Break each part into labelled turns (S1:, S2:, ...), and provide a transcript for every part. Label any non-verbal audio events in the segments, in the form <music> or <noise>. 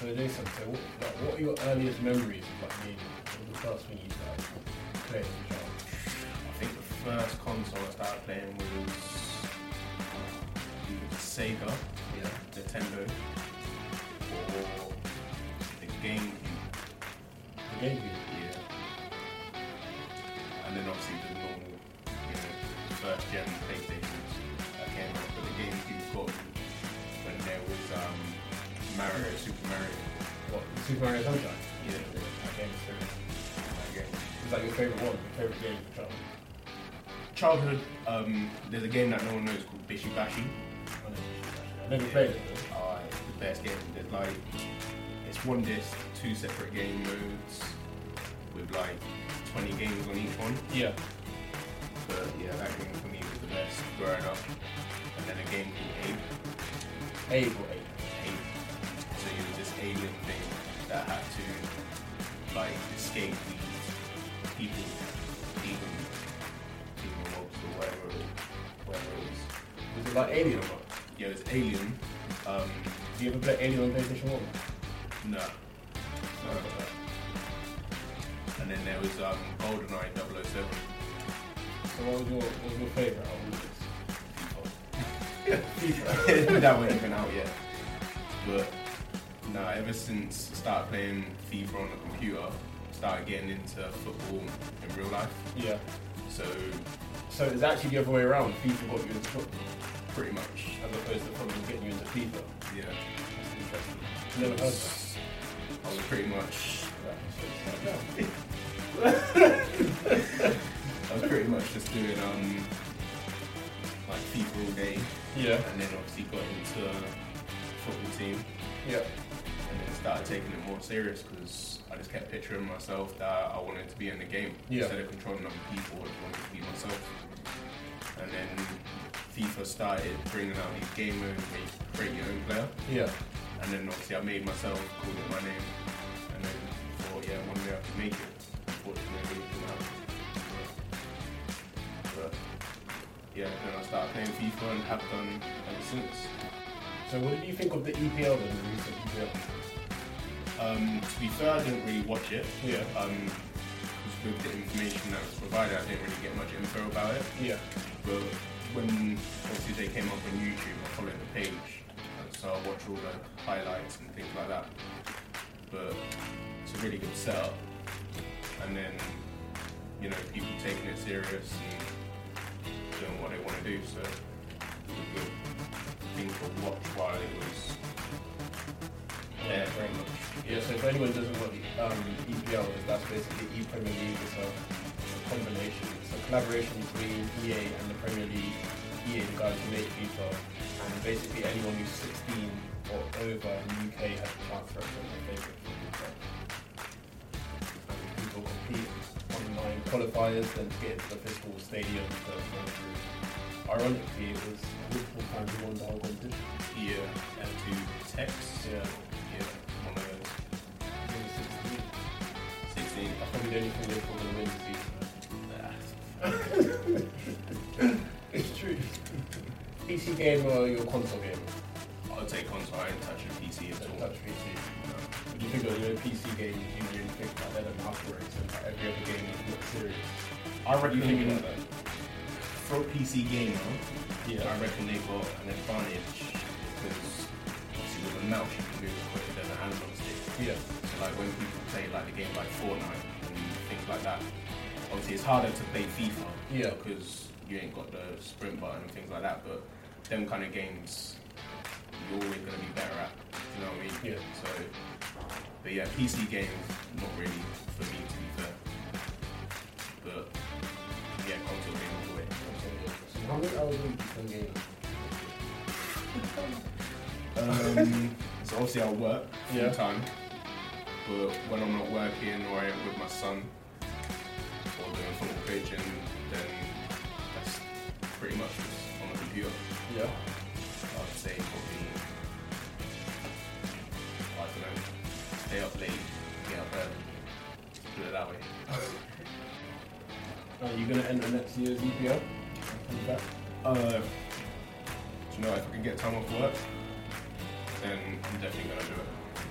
S1: So they do something. So what, like, what are your earliest memories of like music? What was the first thing you like played as a child?
S2: I think the first console I started playing was either the Sega,
S1: Yeah.
S2: Nintendo, or the GameCube.
S1: The GameCube.
S2: Yeah. And then obviously the normal, you know, first gen PlayStations that came out, but the GameCube got me when there was um, Mario, Super Mario.
S1: What? Super Mario Sunshine.
S2: Yeah.
S1: That game is serious.
S2: That uh, game.
S1: Is that your favourite one? Your favourite game as a child?
S2: Childhood, um, there's a game that no one knows called Bishy Bashy.
S1: I never, I never played it. though.
S2: are the best game. There's like it's one disc, two separate game modes with like 20 games on each one.
S1: Yeah.
S2: But yeah, that game for me was the best growing up. And then a game called Ape,
S1: Abe or Abe.
S2: Ape. So you was this alien thing that had to like escape these people, demon, demon mobs or whatever, it- whatever it was.
S1: Was it like Alien or what?
S2: Yeah, it was Alien. Um,
S1: Do you ever play Alien on PlayStation 1?
S2: no. no. And then there was um, GoldenEye 007.
S1: So what was your, what was your favourite out of all this? FIFA.
S2: that wasn't even out yet. But no, ever since I started playing FIFA on the computer, started getting into football in real life.
S1: <laughs> yeah.
S2: So
S1: So it's actually the other way around. FIFA got you into football
S2: pretty much,
S1: as opposed to football getting you into FIFA.
S2: yeah.
S1: That's interesting. Never heard that.
S2: I was pretty much,
S1: <laughs>
S2: I was pretty much just doing um, like FIFA all day,
S1: Yeah.
S2: and then obviously got into football team.
S1: Yeah.
S2: and then started taking it more serious because I just kept picturing myself that I wanted to be in the game
S1: Yeah.
S2: instead of controlling other people. I just wanted to be myself. And then FIFA started bringing out these game modes where you could create your own player.
S1: Yeah.
S2: And then obviously I made myself, called it my name, and then thought, yeah, one day I could make it. Unfortunately, it didn't happen. But yeah, then I started playing FIFA and have done ever since.
S1: So what did you think of the EPL then, the recent E EPL?
S2: Um, to be fair, I didn't really watch it.
S1: Yeah.
S2: Um, 'cause with the information that was provided, I didn't really get much info about it.
S1: Yeah.
S2: But when obviously they came up on YouTube, I followed the page, and so I watched all the highlights and things like that. But it's a really good setup, and then you know people taking it serious and doing what they want to do. So it's a good thing to watch while it was there, very much.
S1: Yeah, so if anyone doesn't know what um, EPL is, that's basically E-Premier League. It's a, it's a combination. It's a collaboration between EA and the Premier League. EA, the guys who make FIFA, and basically anyone who's 16 or over in the UK has a chance to represent their favourite football club. And people compete online qualifiers, then to get into the physical stadium to run through. Ironically, it was Liverpool fans who won the whole competition.
S2: Yeah, and to text.
S1: Yeah,
S2: Yeah, one of those.
S1: they were 16.
S2: 16.
S1: That's probably the only thing Liverpool will win this season. It's true. PC game or your console game?
S2: I'll take console, I didn't touch a PC
S1: So
S2: at all.
S1: touch PC. What do you think of your PC games? You really think that they're the afterwards and that every other game is not serious?
S2: I
S1: What do you think
S2: reckon
S1: about that?
S2: for a PC gamer, I reckon they got an advantage because obviously with a mouse you can move it quicker than a analog stick.
S1: Yeah.
S2: So like when people play like the game like Fortnite and things like that, obviously it's harder to play FIFA
S1: Yeah.
S2: because you ain't got the sprint button and things like that. But them kind of games, you're always gonna be better at. You know what I mean?
S1: Yeah.
S2: So, but yeah, PC games not really for me to be fair. But yeah, console game all the way.
S1: Console game. So how many hours a week do you game?
S2: Um, <laughs> so obviously I work full
S1: Yeah.
S2: time, but when I'm not working or I'm with my son or doing football coaching, then that's pretty much just on the computer.
S1: Yeah.
S2: I'd say probably I don't know, stay up late, get up early, put it that way.
S1: Are you going to enter next year's E EPL? Is that-
S2: Uh, do you know if I can get time off work, then I'm definitely gonna do it.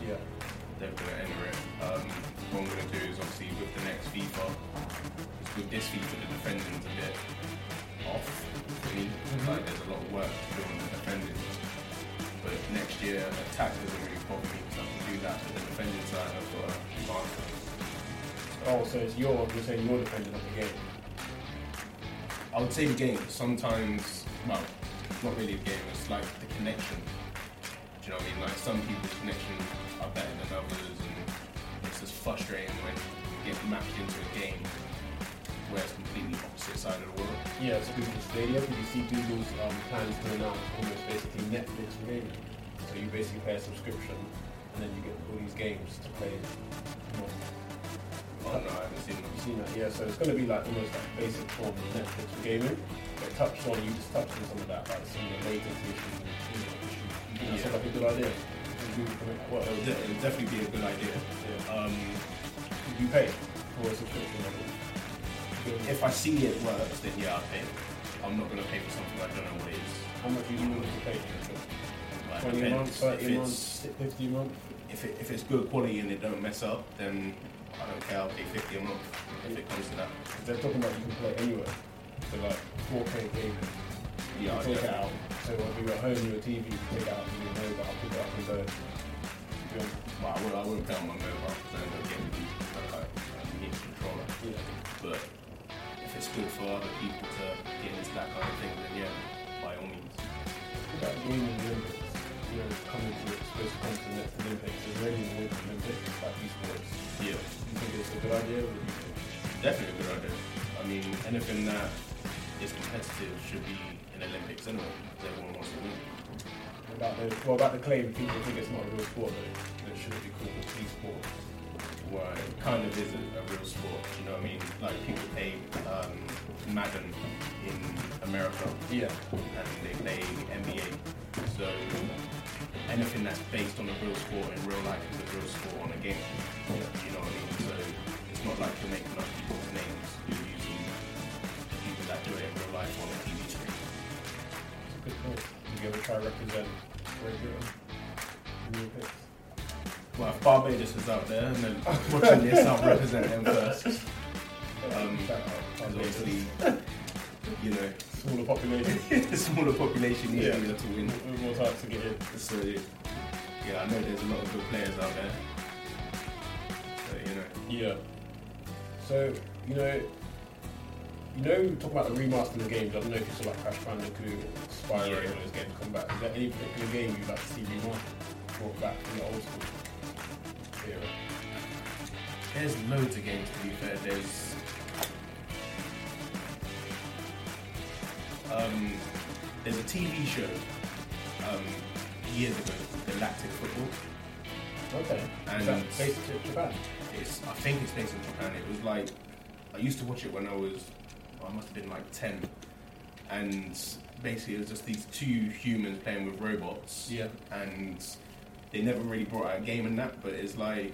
S1: Yeah.
S2: they're going to enter it. Um, what I'm going to do is obviously with the next FIFA, 'cause with this FIFA the defending's a bit off for me. Like there's a lot of work to do on the defending. But next year attack doesn't really bother me because I can do that. But the defending side I've got to advance.
S1: Oh, so it's your, you're saying you're dependent on the game.
S2: I would say the game. Sometimes, well, not really the game. It's like the connection. Do you know what I mean? Like some people's connection are better than others, and it's just frustrating when you get mapped into a game where it's completely opposite side of the world.
S1: Yeah, so Google Stadia, you see Google's um, plans going out it's almost basically Netflix gaming. So you basically pay a subscription and then you get all these games to play. You know,
S2: Oh no, I haven't seen them.
S1: You've seen that, yeah. So it's going to be like almost like basic form of Netflix for gaming. But it touched on, you just touched on some of that, like some of the latency issues and you know, issues. You think that sounds like a good idea. You can connect- What else?
S2: It would definitely be a good idea.
S1: Yeah.
S2: Um,
S1: You pay for a subscription level.
S2: if I see it works, then yeah, I'll pay. I'm not gonna pay for something I don't know what it is.
S1: How much are you willing to pay for it?
S2: Like,
S1: 20 a
S2: depends.
S1: month, 30 a
S2: If
S1: month,
S2: it's-
S1: 50 a month?
S2: if, it, if it's good quality and it don't mess up, then I don't care. I'll pay fifty a month if it comes to that.
S1: They're talking about you can play anywhere. So like 4K gaming. You can
S2: Yeah, I'll
S1: take it
S2: definitely-
S1: out. So whether you're at home, your TV, you can take it out from your mobile, pick it up and go. You know,
S2: Well, I would. I wouldn't play on my mobile because I don't get the like, I need a controller.
S1: you know.
S2: But if it's good for other people to get into that kind of thing, then yeah, by all means.
S1: What about gaming Olympics? You know, coming to it's supposed to come to the next Olympics. There's many more Olympics like esports. Do
S2: Yeah,
S1: you think it's a good idea? Or do you think?
S2: definitely a good idea. I mean, anything that is competitive should be in Olympics anyway. 'cause Everyone wants to win.
S1: What About the, well, about the claim, people think it's not a real sport though. That it shouldn't be called an e-sport.
S2: Well, it kind of is a, a real sport, do you know what I mean? Like people play um, Madden in America
S1: Yeah.
S2: and they play NBA. So anything that's based on a real sport in real life is a real sport on a game, you know what I mean? So it's not like you're making up people's names, you're using the people that do it in real life on a TV screen.
S1: It's a good point. Have you ever tried to represent Great Britain in the Olympics?
S2: Well, if Barbados is out there and then watching this, I'll represent them first. Um,
S1: Shout out, Barbados.
S2: Because obviously, you know,
S1: smaller population,
S2: <laughs> the smaller
S1: <laughs>
S2: population
S1: Yeah.
S2: easier to win.
S1: with more time to get in.
S2: So yeah, I know there's a lot of good players out there. So you know,
S1: Yeah. So you know, you know, we talk about the remastering of games. I don't know if you saw like Crash Bandicoot, Spyro,
S2: Yeah.
S1: and all those games come back. Is there any particular game you'd like to see remastered, brought back from the old school? Yeah.
S2: there's loads of games to be fair. There's um, there's a TV show um, years ago, Galactic Football.
S1: Okay.
S2: And-
S1: Is that based in Japan?
S2: It's I think it's based in Japan. It was like I used to watch it when I was I must have been like ten, and basically it was just these two humans playing with robots.
S1: Yeah.
S2: and they never really brought out a game in that. But it's like,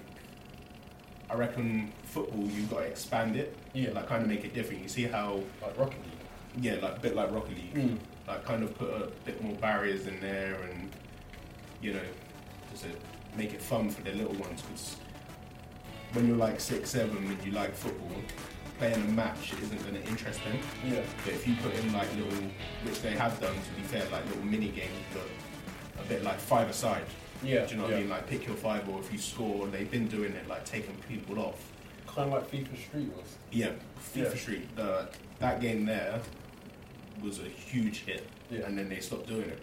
S2: I reckon football you've got to expand it,
S1: Yeah.
S2: like kind of make it different. You see how,
S1: Like Rocket League.
S2: yeah, like a bit like Rocket League, like kind of put a bit more barriers in there, and you know, just uh make it fun for the little ones. Because when you're like six, seven, and you like football, playing a match isn't going to interest them.
S1: Yeah.
S2: But if you put in like little, which they have done to be fair, like little mini games, but a bit like five aside.
S1: Yeah.
S2: Do you know what I mean? Like pick your five, or if you score, they've been doing it, like taking people off.
S1: Kind of like FIFA Street was.
S2: Yeah, FIFA
S1: Yeah.
S2: Street. Uh, that game there was a huge hit,
S1: Yeah.
S2: and then they stopped doing it.